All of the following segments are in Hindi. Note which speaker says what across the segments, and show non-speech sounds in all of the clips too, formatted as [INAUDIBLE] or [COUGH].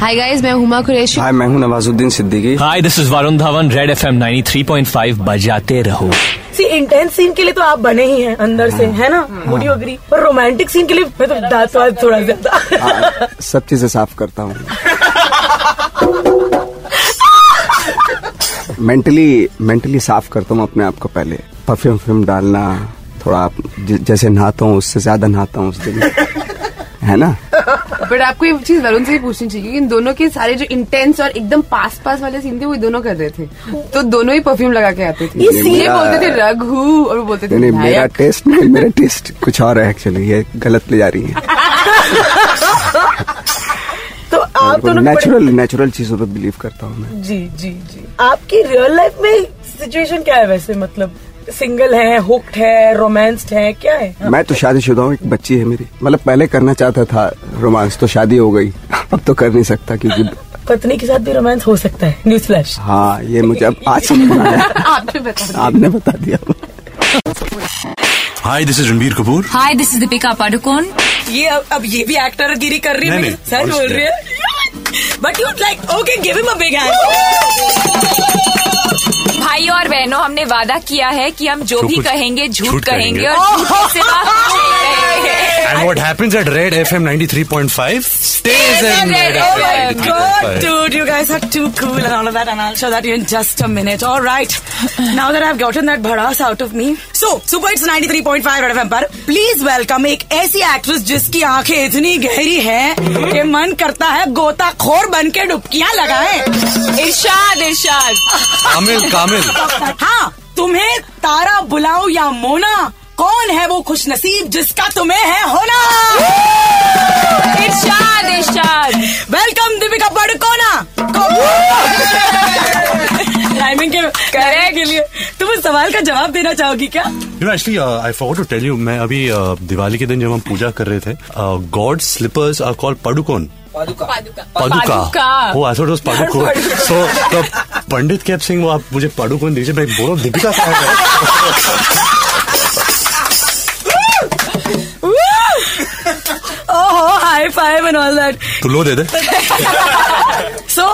Speaker 1: हाय गाइस मैं हुमा कुरैशी
Speaker 2: हाय मैं हूँ Nawazuddin Siddiqui
Speaker 3: hi this is Varun Dhawan Red F M ninety three point five बजाते रहो
Speaker 4: सी इंटेंस सीन के लिए तो आप बने ही हैं अंदर से है ना
Speaker 5: हाँ।
Speaker 4: वुड यू एग्री पर रोमांटिक सीन के लिए मैं तो दांत वात थोड़ा ज्यादा
Speaker 2: आ, सब चीजें साफ करता हूँ मेंटली मेंटली साफ करता हूँ अपने आप को पहले परफ्यूम फ्यूम डालना थोड़ा आप ज- जैसे नहाता हूँ उससे ज्यादा नहाता हूँ उस दिन है ना
Speaker 1: बट आपको ये चीज वरुण से ही पूछनी चाहिए क्योंकि इन दोनों के सारे जो इंटेंस और एकदम पास पास वाले सीन थे वो ये दोनों कर रहे थे तो दोनों ही परफ्यूम लगा के आते थे
Speaker 4: ये
Speaker 1: ये
Speaker 2: मेरा-
Speaker 1: बोलते थे रघु और वो बोलते थे
Speaker 2: नहीं नहीं, मेरा
Speaker 1: नायक।
Speaker 2: टेस्ट नहीं मेरा टेस्ट कुछ और है एक्चुअली ये गलत ले जा रही है
Speaker 4: [LAUGHS] तो आप दोनों को बड़े-
Speaker 2: नेचुरल नेचुरल चीजों पर बिलीव करता हूँ मैं
Speaker 4: जी जी जी आपकी रियल लाइफ में सिचुएशन क्या है वैसे मतलब सिंगल है हुक्ड है रोमांस्ड है क्या है
Speaker 5: हाँ।
Speaker 2: मैं तो शादीशुदा हूँ एक बच्ची है मेरी मतलब पहले करना चाहता था रोमांस तो शादी हो गई अब तो कर नहीं सकता क्योंकि
Speaker 4: पत्नी के साथ भी रोमांस हो सकता है न्यूज फ्लैश
Speaker 2: हाँ ये मुझे अब आज समझ में आया
Speaker 1: [LAUGHS] आपने बता दिया।
Speaker 2: आपने बता दिया
Speaker 5: Hi, this is Ranbir Kapoor.
Speaker 6: Hi this is Deepika Padukone
Speaker 4: ये अब, अब ये भी एक्टर गिरी कर रही है
Speaker 5: नहीं,
Speaker 4: मेरे-
Speaker 5: नहीं,
Speaker 4: सच
Speaker 5: honest
Speaker 4: बोल
Speaker 5: है।
Speaker 4: रही है but you like okay give him a big hand
Speaker 6: भाई और बहनों हमने वादा किया है कि हम जो
Speaker 5: जो
Speaker 6: भी
Speaker 5: कुछ
Speaker 6: कहेंगे झूठ
Speaker 5: झूठ
Speaker 6: कहेंगे
Speaker 5: कहेंगे।
Speaker 6: और
Speaker 4: Oh!
Speaker 6: झूठ के सिवा कुछ नहीं
Speaker 4: [LAUGHS]
Speaker 6: कहेंगे।
Speaker 5: And what happens at Red FM 93.5 stays
Speaker 6: Stays
Speaker 5: in
Speaker 6: in
Speaker 5: Red
Speaker 6: Red
Speaker 4: Oh my
Speaker 5: FM
Speaker 4: god,
Speaker 5: 93.5.
Speaker 4: dude, you guys are too cool and all of that, and I'll show that you in just a minute. All right. [CLEARS THROAT] Now that I've gotten that bhadas out of me. So, Super It's 93.5 Red FM पर please welcome एक ऐसी actress जिसकी आंखें इतनी गहरी हैं कि मन करता है गोताखोर बन के डुबकियां लगाएं।
Speaker 6: इरशाद इरशाद
Speaker 5: Kamil, Kamil.
Speaker 4: हाँ, तुम्हें तारा बुलाओ या मोना कौन है वो खुश नसीब जिसका तुम्हें है होना
Speaker 6: इरशाद इरशाद
Speaker 4: वेलकम दीपिका पाडुकोना [LAUGHS] टाइमिंग के करेक्ट के लिए तुम उस सवाल का जवाब देना चाहोगी क्या
Speaker 5: You know, actually, uh, I forgot to tell you, मैं अभी uh, दिवाली के दिन जब हम पूजा कर रहे थे, uh, God's slippers are called Oh, padukon. पादुका
Speaker 6: पादुका।
Speaker 5: वो I thought was Padukone so तो पंडित कैप सिंह वो आप मुझे पादुकोन दीजिए मैं बोलो दीपिका कहाँ है
Speaker 4: ओहो high five and all that
Speaker 5: तो लो दे दे
Speaker 4: so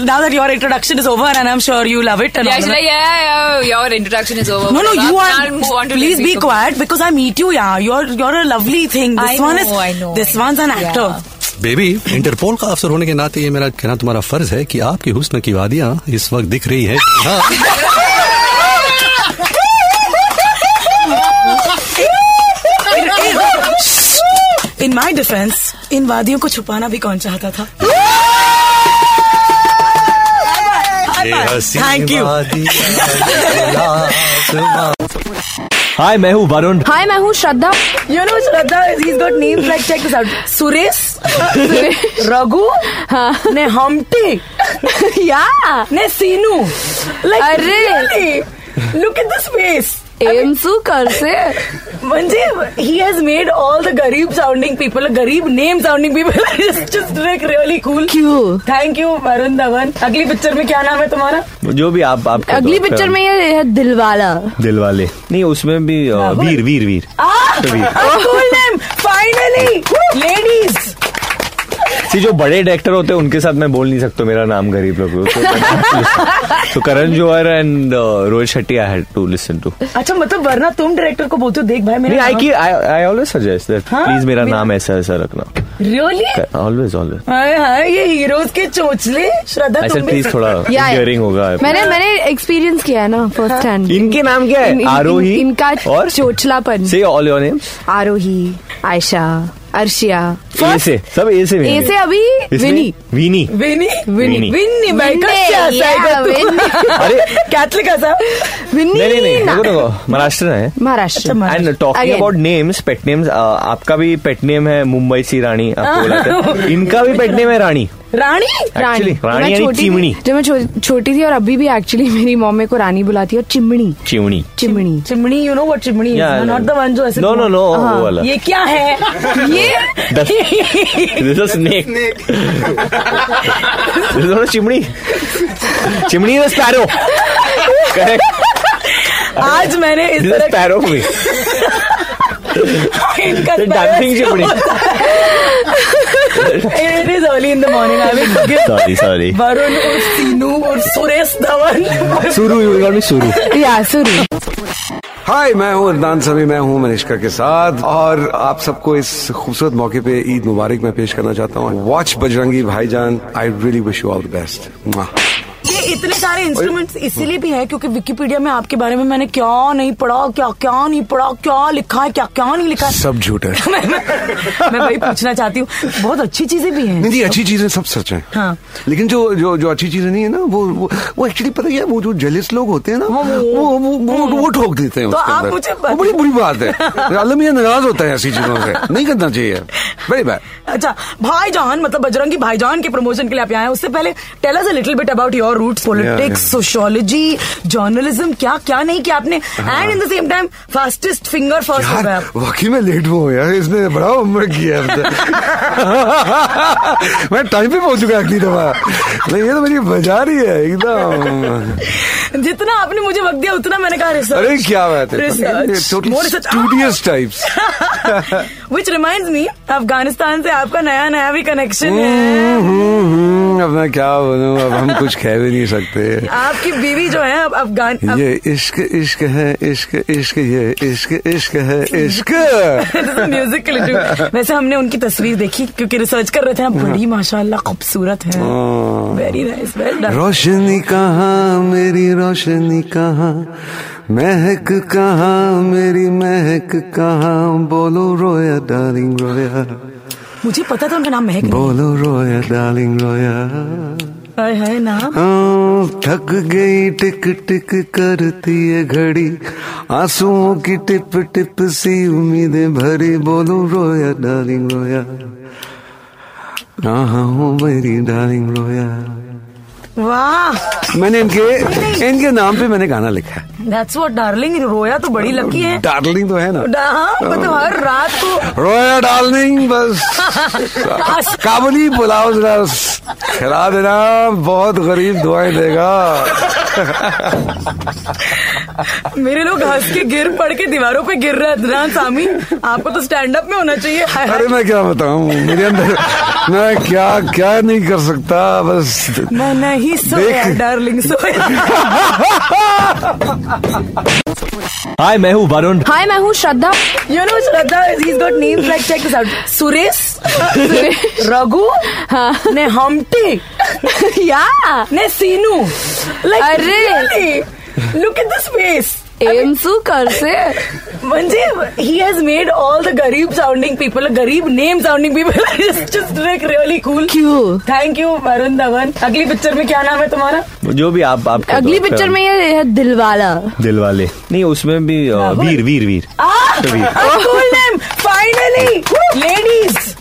Speaker 4: now that your introduction is over and I am sure you love it
Speaker 6: your introduction is over
Speaker 4: No, no, you are. Please be quiet because I meet you, yeah. You're you're a lovely thing. This
Speaker 6: I
Speaker 4: one
Speaker 6: know,
Speaker 4: is
Speaker 6: I know,
Speaker 4: this
Speaker 6: I know.
Speaker 4: one's an
Speaker 6: Yeah.
Speaker 4: actor.
Speaker 5: Baby Interpol का अफसर होने के नाते ये मेरा कहना तुम्हारा फर्ज है कि आपकी हुस्न की वादियाँ इस वक्त दिख रही है
Speaker 4: [LAUGHS]
Speaker 5: हाँ
Speaker 4: इन माई डिफेंस इन वादियों को छुपाना भी कौन चाहता था Thank you.
Speaker 5: यू
Speaker 3: हाय मैं हूँ वरुण
Speaker 1: हाय मैं हूँ श्रद्धा
Speaker 4: You know, Shraddha, he's got names like, check this out. Suresh, Raghu, ne Humpty,
Speaker 1: या
Speaker 4: ne Sinu. Like,
Speaker 1: Arre.
Speaker 4: really? Look at this face.
Speaker 1: एम्सू कर से
Speaker 4: Manjeev, he has made all the Garib sounding people, Garib name sounding people. [LAUGHS] it's just like really cool.
Speaker 1: क्यों
Speaker 4: Thank you, Varun Dhawan. अगली पिक्चर में क्या नाम है तुम्हारा
Speaker 7: जो भी आप आप
Speaker 1: अगली पिक्चर में ये है दिलवाला
Speaker 7: दिल वाले नहीं उसमें भी अ,
Speaker 4: Rahul.
Speaker 7: Veer Veer Veer
Speaker 4: Ah,
Speaker 7: [LAUGHS] Kabir.
Speaker 4: a cool name. Finally, ladies.
Speaker 7: See जो बड़े डायरेक्टर होते हैं उनके साथ मैं बोल नहीं सकता मेरा नाम गरीब लोग तो Karan Johar and Rohit Shetty I had to listen to
Speaker 4: अच्छा मतलब वरना तुम डायरेक्टर को बोलते हो देख भाई
Speaker 7: नहीं
Speaker 4: मेरा
Speaker 7: आई की आई ऑलवेज सजेस्ट दैट
Speaker 4: हाँ,
Speaker 7: प्लीज मेरा
Speaker 4: मेरा-
Speaker 7: नाम ऐसा ऐसा रखना
Speaker 4: रियली
Speaker 7: ऑलवेज ऑलवेज
Speaker 4: हाय हाय ये हीरोज के चोचले श्रद्धा
Speaker 7: आई
Speaker 4: तुम
Speaker 7: सेड
Speaker 4: भी-
Speaker 7: प्लीज थोड़ा
Speaker 1: या
Speaker 7: हियरिंग होगा
Speaker 1: मैंने मैंने एक्सपीरियंस किया है ना फर्स्ट हैंड
Speaker 7: इनके नाम क्या है आरोही
Speaker 1: इनका
Speaker 7: और
Speaker 1: चोचलापन
Speaker 7: से all your names
Speaker 1: Aarohi Ayesha Arshia
Speaker 7: A से सब ए से
Speaker 1: ए से अभी विनी
Speaker 7: विनी
Speaker 4: विनी विनी
Speaker 7: विनी।
Speaker 4: मैं
Speaker 1: विन्नी,
Speaker 4: कैसे
Speaker 1: या, विन्नी।
Speaker 7: अरे
Speaker 4: [LAUGHS] कैथलिक ऐसा
Speaker 1: विनी
Speaker 7: नहीं तो- नहीं नहीं
Speaker 1: ना।
Speaker 7: देखो देखो महाराष्ट्र है
Speaker 1: महाराष्ट्र
Speaker 4: अच्छा, Maharashtra.
Speaker 7: And talking
Speaker 1: Again.
Speaker 7: About names pet names uh, आपका भी पेट नेम है मुंबई सी रानी आपको बोला
Speaker 1: [LAUGHS]
Speaker 7: था। इनका भी पेट नेम है रानी
Speaker 4: रानी
Speaker 7: एक्चुअली रानी
Speaker 1: मैं
Speaker 7: यानी
Speaker 1: छोटी
Speaker 7: चिमणी
Speaker 1: थी- जब मैं छो- छोटी थी और अभी भी एक्चुअली मेरी मॉम मेरे को रानी बुलाती है और चिमणी
Speaker 7: चिमणी
Speaker 1: चिमणी
Speaker 4: chimney you know what chimney not the one जो ऐसे हाँ।
Speaker 7: नो नो नो वो वाला
Speaker 4: ये क्या
Speaker 7: [LAUGHS]
Speaker 4: है ये
Speaker 7: दिस इज स्नेक चिमणी चिमणी इज स्पैरो करेक्ट
Speaker 4: [LAUGHS] आज मैंने इस
Speaker 7: दिस
Speaker 4: तरह
Speaker 7: स्पैरो
Speaker 4: इनका स्पैरो
Speaker 7: डांसिंग चिमणी
Speaker 4: होता है। [LAUGHS] It is early in the morning. I will forgive
Speaker 7: Sorry, sorry.
Speaker 4: Varun or Sinu or Suresh Dhawan.
Speaker 7: Suru you got me Suru
Speaker 1: या सुरू
Speaker 2: हाय मैं हूँ अदनान समी मैं हूँ मनीषका के साथ और आप सबको इस खूबसूरत मौके पे ईद मुबारक मैं पेश करना चाहता हूँ watch Bajrangi Bhaijaan I really wish you all the best
Speaker 4: ये इतने सारे इंस्ट्रूमेंट्स इसीलिए भी है क्योंकि विकिपीडिया में आपके बारे में मैंने क्या नहीं पढ़ा क्या क्या नहीं पढ़ा क्या लिखा है क्या क्या नहीं लिखा है [LAUGHS]
Speaker 2: सब झूठ है
Speaker 4: मैं, मैं, मैं वही पूछना चाहती हूँ बहुत अच्छी चीजें भी हैं
Speaker 2: नहीं जी अच्छी चीजें सब सच हैं
Speaker 4: हाँ।
Speaker 2: लेकिन जो जो जो अच्छी चीजें नहीं है ना वो वो, वो एक्चुअली पता क्या है, वो जो जेलिस लोग होते हैं ना वो वो वो, वो, वो ठोक देते हैं
Speaker 4: तो
Speaker 2: उसके
Speaker 4: आप
Speaker 2: अंदर।
Speaker 4: मुझे
Speaker 2: वो बड़ी बुरी बात
Speaker 4: [LAUGHS]
Speaker 2: है आलम ये नाराज होता है ऐसी चीजों से नहीं करना चाहिए वेरी बैड
Speaker 4: अच्छा भाईजान मतलब बजरंगी भाईजान के प्रमोशन के लिए आप यहाँ आए उससे पहले tell us a little bit about your roots politics
Speaker 2: yeah.
Speaker 4: Sociology journalism क्या क्या नहीं किया आपने and in the same time fastest finger first हो
Speaker 2: हाँ।
Speaker 4: गया
Speaker 2: यार वाकई में लेट हुआ हूं यार इसने बड़ा उम्र किया है अब तक। मैं टाइम पे पहुंच चुका अगली दफा नहीं ये तो मेरी बजा रही है एकदम
Speaker 4: आप। जितना आपने मुझे वक्त दिया उतना मैंने कहा रिसर्च
Speaker 2: अरे क्या बात है
Speaker 4: research more research
Speaker 2: studious types
Speaker 4: which remind me Afghanistan से आपका नया नया भी कनेक्शन है
Speaker 2: हम्म, हम्म, अब मैं क्या बोलूं अब हम कुछ कह भी नहीं सकते
Speaker 4: आपकी बीवी जो है अब अफगान अफ- [LAUGHS]
Speaker 2: ये इश्क इश्क है इश्क इश्क ये इश्क इश्क है इश्क
Speaker 4: [LAUGHS] म्यूजिक वैसे हमने उनकी तस्वीर देखी क्योंकि रिसर्च कर रहे थे आप
Speaker 2: हाँ।
Speaker 4: बड़ी माशाल्लाह खूबसूरत है वेरी नाइस वेल डन
Speaker 2: रोशनी कहाँ मेरी रोशनी कहाँ महक कहाँ मेरी महक कहाँ बोलो रोया डार्लिंग रोया
Speaker 4: मुझे पता था उनका नाम महक
Speaker 2: बोलो रोया डार्लिंग रोया
Speaker 4: है, है नाम
Speaker 2: हाँ, थक गई टिक टिक करती है घड़ी आंसुओं की टिप टिप सी उम्मीदें भरी बोलो रोया डार्लिंग रोया हाँ हूँ मेरी डार्लिंग रोया
Speaker 4: वाह
Speaker 2: मैंने इनके इनके नाम पे मैंने गाना लिखा है
Speaker 4: दैट्स व्हाट डार्लिंग रोया तो बड़ी लकी है
Speaker 2: डार्लिंग तो है ना
Speaker 4: डा- हाँ, मतलब हर रात को
Speaker 2: रोया डार्लिंग बस काबुली पुलाव जरा खिला देना बहुत गरीब दुआएं देगा
Speaker 4: मेरे लोग हंस के गिर पड़ के दीवारों पे गिर रहे हैं अदनान सामी आपको तो स्टैंड अप में होना चाहिए हाय, हाय।
Speaker 2: अरे मैं क्या बताऊं मेरे अंदर मैं क्या क्या नहीं कर सकता बस
Speaker 4: मैं नहीं सोया
Speaker 2: देख-
Speaker 4: डार्लिंग सोया
Speaker 7: हाय मैं हूँ वरुण
Speaker 1: हाय मैं हूँ Shraddha
Speaker 4: you know Shraddha he's got names like check this out Suresh Raghu ने हमटी
Speaker 1: [LAUGHS] या
Speaker 4: ने सीनू like
Speaker 1: अरे।
Speaker 4: really, look at this face
Speaker 1: एम्सू कर
Speaker 7: [LAUGHS]
Speaker 1: से
Speaker 4: Manjeev, he has made all the garib sounding people, garib name sounding people [LAUGHS] just, just like really cool.
Speaker 1: क्यों
Speaker 4: Thank you, Varun Dhawan. अगली पिक्चर में क्या नाम है तुम्हारा
Speaker 7: जो भी आप आप
Speaker 1: अगली पिक्चर
Speaker 7: अच्छा।
Speaker 1: में ये है दिलवाला
Speaker 7: दिल वाले नहीं उसमें भी अ,
Speaker 4: राहुल।
Speaker 7: वीर वीर वीर
Speaker 4: Ah,
Speaker 7: कभी।
Speaker 4: a cool name. Finally, ladies.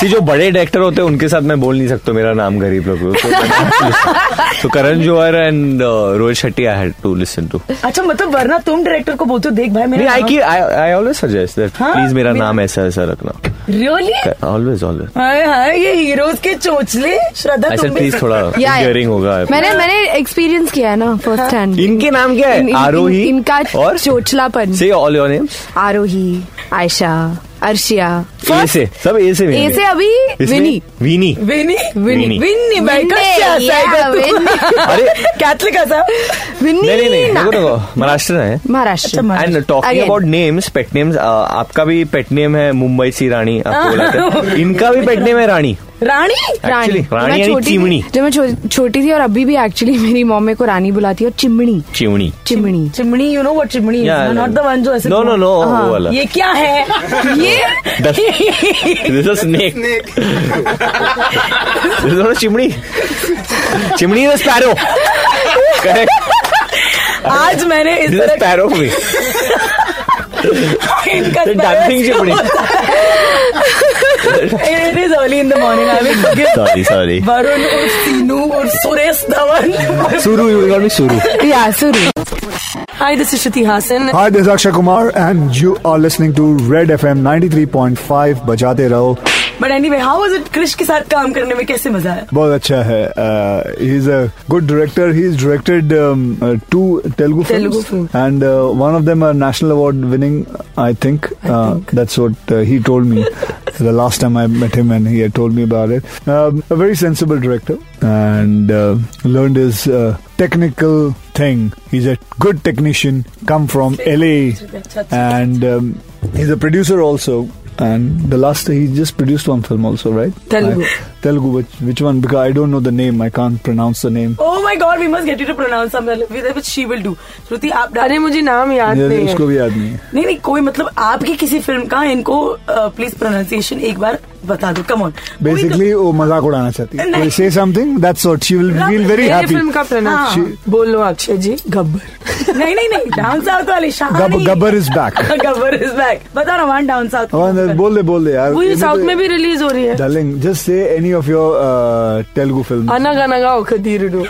Speaker 7: See जो बड़े डायरेक्टर होते हैं उनके साथ मैं बोल नहीं सकता मेरा नाम गरीब लोग [LAUGHS] तो Karan Johar and Rohit Shetty I had to listen to
Speaker 4: अच्छा मतलब वरना तुम डायरेक्टर को बोलते हो देख भाई
Speaker 7: नहीं
Speaker 4: मेरा
Speaker 7: आई की आई ऑलवेज सजेस्ट दैट
Speaker 4: हाँ,
Speaker 7: प्लीज मेरा
Speaker 4: मेरा-
Speaker 7: नाम ऐसा ऐसा रखना
Speaker 4: रियली
Speaker 7: ऑलवेज ऑलवेज
Speaker 4: हाय हाय ये हीरोज के चोचले श्रद्धा
Speaker 7: आई
Speaker 4: तो तुम
Speaker 7: सेड
Speaker 4: भी
Speaker 7: प्लीज थोड़ा
Speaker 1: या
Speaker 7: हियरिंग होगा
Speaker 1: मैंने मैंने एक्सपीरियंस किया है ना फर्स्ट हैंड
Speaker 7: इनके नाम क्या है आरोही
Speaker 1: इनका
Speaker 7: और
Speaker 1: चोचलापन
Speaker 7: से all your names
Speaker 1: Aarohi Ayesha Arshia
Speaker 7: A से सब ए से
Speaker 1: ए से अभी विनी
Speaker 7: विनी
Speaker 4: विनी विनी
Speaker 7: विनी।
Speaker 4: भाई
Speaker 1: विनी, yeah, विनी।
Speaker 7: अरे
Speaker 4: कैथलिक ऐसा
Speaker 7: नहीं नहीं नहीं
Speaker 1: विनी
Speaker 7: देखो देखो महाराष्ट्र है
Speaker 1: Maharashtra
Speaker 7: and talking
Speaker 1: Again.
Speaker 7: About names pet names uh, आपका भी पेट नेम है मुंबई सी रानी आपको बोला था। इनका भी पेट नेम है रानी
Speaker 4: रानी
Speaker 1: रानी
Speaker 7: Actually, रानी
Speaker 1: मैं
Speaker 7: यानी
Speaker 1: छोटी थी-
Speaker 7: चिमनी।
Speaker 1: जब मैं छो- छोटी थी और अभी भी एक्चुअली मेरी मॉम मेरे को रानी बुलाती है और चिमनी
Speaker 7: चिवनी
Speaker 1: चिमनी
Speaker 4: चिमनी you know what chimney not the one जो ऐसे हाँ,
Speaker 7: नो नो नो वो वाला
Speaker 4: ये क्या है ये
Speaker 7: this is snake this is चिमनी चिमनी इज स्पैरो करेक्ट
Speaker 4: आज मैंने इस
Speaker 7: दिस इज
Speaker 4: तरह
Speaker 7: स्पैरो भी
Speaker 4: का- इनका
Speaker 7: डांसिंग चिमनी
Speaker 4: it is early in the morning I will forgive
Speaker 7: sorry sorry
Speaker 4: Varun और सीनू और Suresh Dhawan
Speaker 7: Suru you got me Suru
Speaker 1: या Suru
Speaker 4: hi this is Shruti Haasan
Speaker 8: Hi, this is Akshay Kumar, and you are listening to Red FM 93.5. Bajate Rao.
Speaker 4: But anyway how was it Krish के साथ काम करने में कैसे मजा आया
Speaker 8: बहुत अच्छा है Uh, he is a good director he is directed two Telugu
Speaker 4: Telugu
Speaker 8: film
Speaker 4: films.
Speaker 8: And one of them are national award winning I think that's what he told
Speaker 4: [LAUGHS]
Speaker 8: me the last time i met him and he had told me about it um, a very sensible director and uh, learned his uh, technical thing he's a good technician come from la
Speaker 1: अच्छा,
Speaker 8: and um, he's a producer also and the last he just produced one film also right
Speaker 4: Telugu.
Speaker 8: I- Telugu, which, which one? Because I don't know the name. I can't pronounce the name.
Speaker 4: Oh my god, we must get you to pronounce something which she will do. Shruti, आप डालें
Speaker 1: अरे मुझे नाम याद
Speaker 8: ये-
Speaker 1: नहीं है
Speaker 8: उसको भी याद नहीं है
Speaker 4: नहीं नहीं कोई मतलब आपकी किसी फिल्म का इनको प्लीज प्रोनाउंसिएशन एक बार बता दो कम ऑन
Speaker 8: बेसिकली वो मजाक उड़ाना चाहती है
Speaker 4: नहीं।
Speaker 8: Say something that's what she
Speaker 4: तो-
Speaker 8: विल फील वेरी
Speaker 1: मेरे
Speaker 8: हैप्पी
Speaker 1: फिल्म का प्रणाम
Speaker 4: हाँ।
Speaker 1: बोलो अक्षय जी गब्बर
Speaker 4: नहीं नहीं नहीं डाउन साउथ वाली शान
Speaker 8: Gabbar is back
Speaker 4: [LAUGHS] Gabbar is back बता रहा हूँ डाउन साउथ
Speaker 8: Oh, बोल दे बोल दे यार
Speaker 1: वो साउथ में भी रिलीज हो रही है
Speaker 8: darling just say any of your Telugu film
Speaker 1: Anaganaga Oka Dheerudu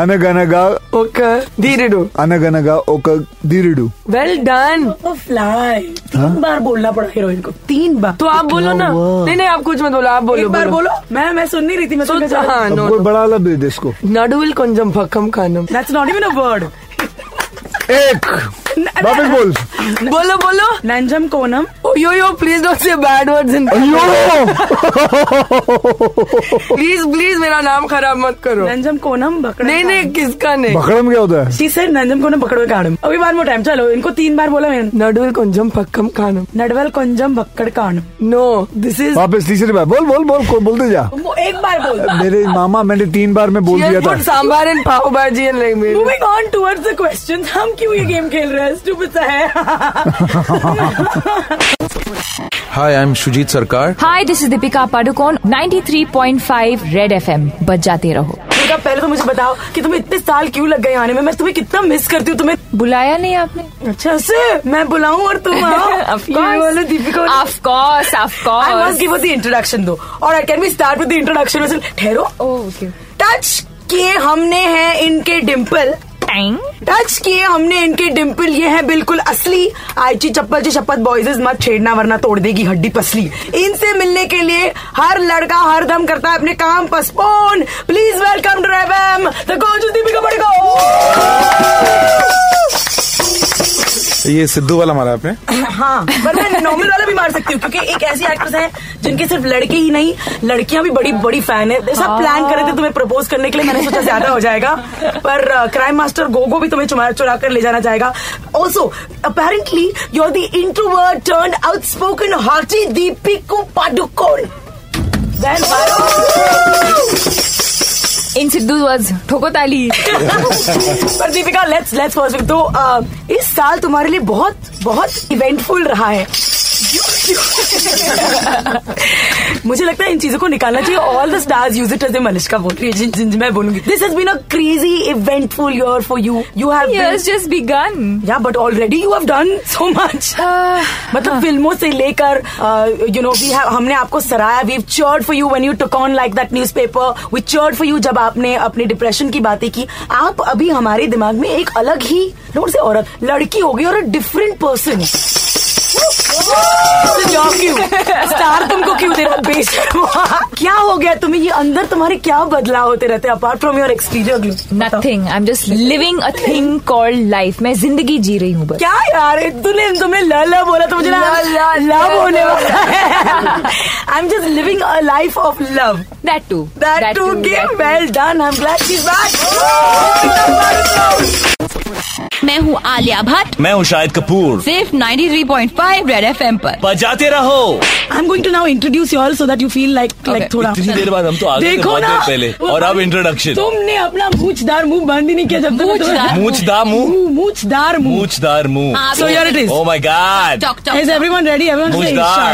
Speaker 8: Anaganaga
Speaker 1: Oka Dheerudu
Speaker 8: Anaganaga Oka Dheerudu
Speaker 1: well done
Speaker 4: fly Oh,
Speaker 8: हाँ?
Speaker 4: तीन बार बोलना पड़ा हीरोइन को तीन बार
Speaker 1: तो आप बोलो ना नहीं नहीं आप कुछ मत बोलो आप बोलो
Speaker 4: एक बार बोलो मैं मैं सुन नहीं रही थी मैं सुन
Speaker 1: So, हाँ
Speaker 8: अब
Speaker 1: नो
Speaker 8: कोई बड़ा लब दे दे इसको
Speaker 1: నడువులు కొంచెం పక్కం కానం
Speaker 4: that's not even a word
Speaker 8: एक वापस बोल
Speaker 1: बोलो बोलो
Speaker 4: नंजम कोनम
Speaker 1: yo yo please don't say bad words in
Speaker 8: अयो
Speaker 1: प्लीज प्लीज मेरा नाम खराब मत करो
Speaker 4: नंजम कोनम बकड़ा
Speaker 1: नहीं नहीं किसका नहीं
Speaker 8: बकड़म क्या होता है
Speaker 4: शी सेड नंजम कोनम बकड़ो काड़म अभी बार मोर टाइम चलो इनको तीन बार बोला मैंने
Speaker 1: నడువులు కొంచెం పక్కం కానం
Speaker 4: नडवल कोंजम बक्कड़ काणम
Speaker 1: नो दिस इज
Speaker 8: वापस तीसरी बार बोल बोल बोल को- बोलते जा
Speaker 4: वो एक बार बोल
Speaker 8: मेरे मामा मैंने तीन बार में बोल दिया था
Speaker 1: Cheerful sambar and pav bhaji and like मेरे
Speaker 4: moving on towards the question हम क्यों ये गेम खेल रहे हैं स्टूपिड सा है
Speaker 9: Hi, I'm Shujit Sarkar.
Speaker 6: Hi this is Deepika Padukone 93.5 red FM बजाते रहो
Speaker 4: बेटा पहले तो मुझे बताओ कि तुम्हें इतने साल क्यों लग गए आने में मैं तुम्हें कितना मिस करती हूँ तुम्हें
Speaker 6: बुलाया नहीं
Speaker 4: [LAUGHS]
Speaker 6: आपने
Speaker 4: अच्छा से मैं बुलाऊं और तुम आओ
Speaker 6: Of
Speaker 4: ये
Speaker 6: course.
Speaker 4: वाला दीपिका वाला-
Speaker 6: Of course, of course.
Speaker 4: I must give her the introduction though. All right, can we start with the introduction? Listen, ठहरो.
Speaker 6: Oh, okay.
Speaker 4: टच किए हमने हैं इनके डिम्पल टच किए हमने इनके डिम्पल ये है बिल्कुल असली आईची चप्पल ची शपथ बॉयजेज मत छेड़ना वरना तोड़ देगी हड्डी पसली इनसे मिलने के लिए हर लड़का हर दम करता है अपने काम पसपोन please welcome to FM the गोजू दीपिका पड़ेगा
Speaker 9: ये सिद्धू वाला मारा आपने
Speaker 4: हाँ पर मैं नॉर्मल वाला भी मार सकती हूँ क्योंकि एक ऐसी एक्ट्रेस है जिनके सिर्फ लड़के ही नहीं लड़कियां भी बड़ी बड़ी फैन है सब प्लान कर रहे थे तुम्हें प्रपोज करने के लिए मैंने सोचा ज्यादा हो जाएगा पर uh, क्राइम मास्टर गोगो भी तुम्हें चुमा चुरा कर ले जाना चाहेगा also apparently you are the introvert turn outspoken hearty Deepika Padukone Then,
Speaker 6: इन सिद्धू वॉज ठोको
Speaker 4: [LAUGHS]
Speaker 6: ताली
Speaker 4: पर दीपिका लेट्स लेट्स फर्स्ट तो अ, इस साल तुम्हारे लिए बहुत बहुत इवेंटफुल रहा है मुझे लगता है इन चीजों को निकालना चाहिए all the stars use it as Malishka बोल रही है जिन- जिन- मैं बोलूंगी this has been a crazy eventful year for you you have
Speaker 6: Years just begun.
Speaker 4: या but already you have done so much मतलब फिल्मों से लेकर uh, यू नो वी हमने आपको सराहा we cheered for you when you took on like that newspaper we cheered for you जब आपने अपने डिप्रेशन की बातें की आप अभी हमारे दिमाग में एक अलग ही डोंट से औरत लड़की होगी और डिफरेंट पर्सन जॉब क्यों स्टार तुमको क्यों दे रहा है? बेशर्म क्या हो [LAUGHS] गया तुम्हें ये अंदर तुम्हारे क्या बदलाव होते रहते हैं apart from your exterior
Speaker 6: nothing I am just living a thing called life मैं जिंदगी जी रही हूँ बस
Speaker 4: क्या यार तूने तुमने ल ल बोला तो मुझे ना
Speaker 6: ल, ल,
Speaker 4: लव
Speaker 6: ल, ल।
Speaker 4: होने वाला [LAUGHS] I am just living a life of love
Speaker 6: that too
Speaker 4: that too game well done I am glad she
Speaker 10: मैं हूँ आलिया भट्ट
Speaker 3: मैं हूँ शाहिद कपूर
Speaker 10: सिर्फ 93.5 रेड एफएम पर
Speaker 3: बजाते रहो
Speaker 4: I am going to now introduce you all so that you feel like like थोड़ा
Speaker 3: इतनी देर बाद हम तो आ गए थे,
Speaker 4: देखो
Speaker 3: बहुत
Speaker 4: ना
Speaker 3: देर पहले और अब इंट्रोडक्शन
Speaker 4: तुमने अपना मूछदार मुंह बंद ही नहीं किया जब तक
Speaker 10: मूंछदार
Speaker 3: मूछदार मुंह?
Speaker 4: मूछदार मुंह
Speaker 3: मूछदार मुंह
Speaker 10: आप
Speaker 4: so here it is
Speaker 3: oh my God
Speaker 10: talk talk
Speaker 4: is everyone ready everyone
Speaker 3: मूछदार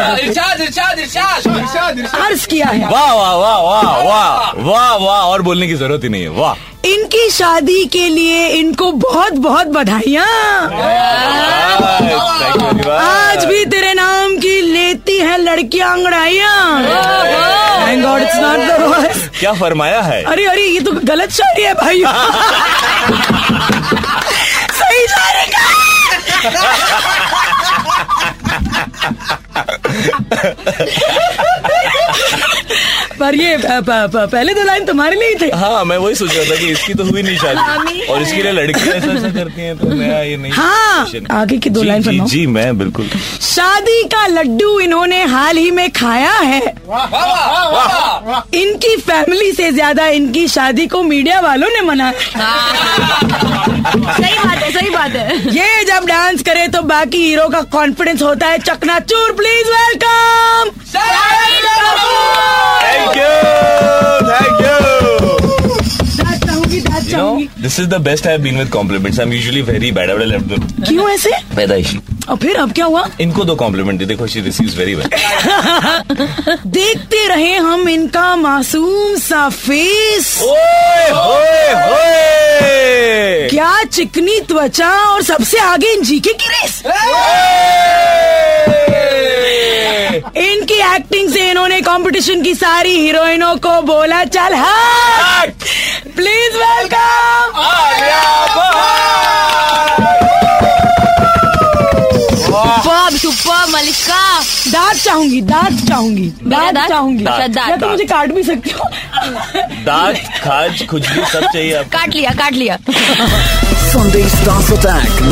Speaker 4: अर्ज किया है
Speaker 3: वाह वाह वाह वाह वाह वाह वाह और बोलने की जरूरत ही नहीं है वाह
Speaker 4: इनकी शादी के लिए इनको बहुत बहुत बधाइयाँ
Speaker 3: Thank you very much.
Speaker 4: आज भी तेरे नाम की लेती है लड़कियां अंगड़ाइया Thank God it's not the voice.
Speaker 3: क्या फरमाया है
Speaker 4: अरे अरे ये तो गलत शायरी है भाई सही शायरी का पर ये प- प- प- पहले दो लाइन तुम्हारे लिए ही थे
Speaker 3: हाँ मैं वही सोच रहा था कि इसकी तो हुई नहीं शादी और इसके लिए लड़कियां ऐसा ऐसा करती हैं तो मेरा ये नहीं
Speaker 4: हाँ आगे की दो
Speaker 3: जी,
Speaker 4: लाइन
Speaker 3: जी,
Speaker 4: फरमाओ।
Speaker 3: जी मैं बिल्कुल
Speaker 4: शादी का लड्डू इन्होंने हाल ही में खाया है इनकी फैमिली से ज्यादा इनकी शादी को मीडिया वालों ने मनाया
Speaker 10: सही बात है सही बात है
Speaker 4: ये जब डांस करे तो बाकी हीरो का कॉन्फिडेंस होता है चकनाचूर please welcome
Speaker 3: thank you thank you You know,
Speaker 4: चाहूंगी
Speaker 3: this is the best I've been with compliments. I'm usually very bad. I would have left them.
Speaker 4: क्यों ऐसे
Speaker 3: पैदाइशी
Speaker 4: और फिर अब क्या हुआ
Speaker 3: इनको दो कॉम्प्लीमेंट दे देखो शी रिसीव्स वेरी वेल
Speaker 4: देखते रहे हम इनका मासूम सा फेस
Speaker 3: ओए ओए ओए
Speaker 4: क्या चिकनी त्वचा और सबसे आगे इन जीके की रेस इनकी एक्टिंग से इन्होंने कंपटीशन की सारी हीरोइनों को बोला चल हाँ please welcome
Speaker 10: super super Malika
Speaker 4: दांत चाहूंगी दांत चाहूंगी
Speaker 10: बिना
Speaker 4: दांत
Speaker 10: दांत?
Speaker 4: चाहूंगी
Speaker 10: अच्छा, दांत।
Speaker 4: या तो मुझे काट भी सकते हो
Speaker 3: दांत खाज खुजली सब चाहिए आपको
Speaker 10: काट लिया काट लिया
Speaker 11: Sunday Stars Attack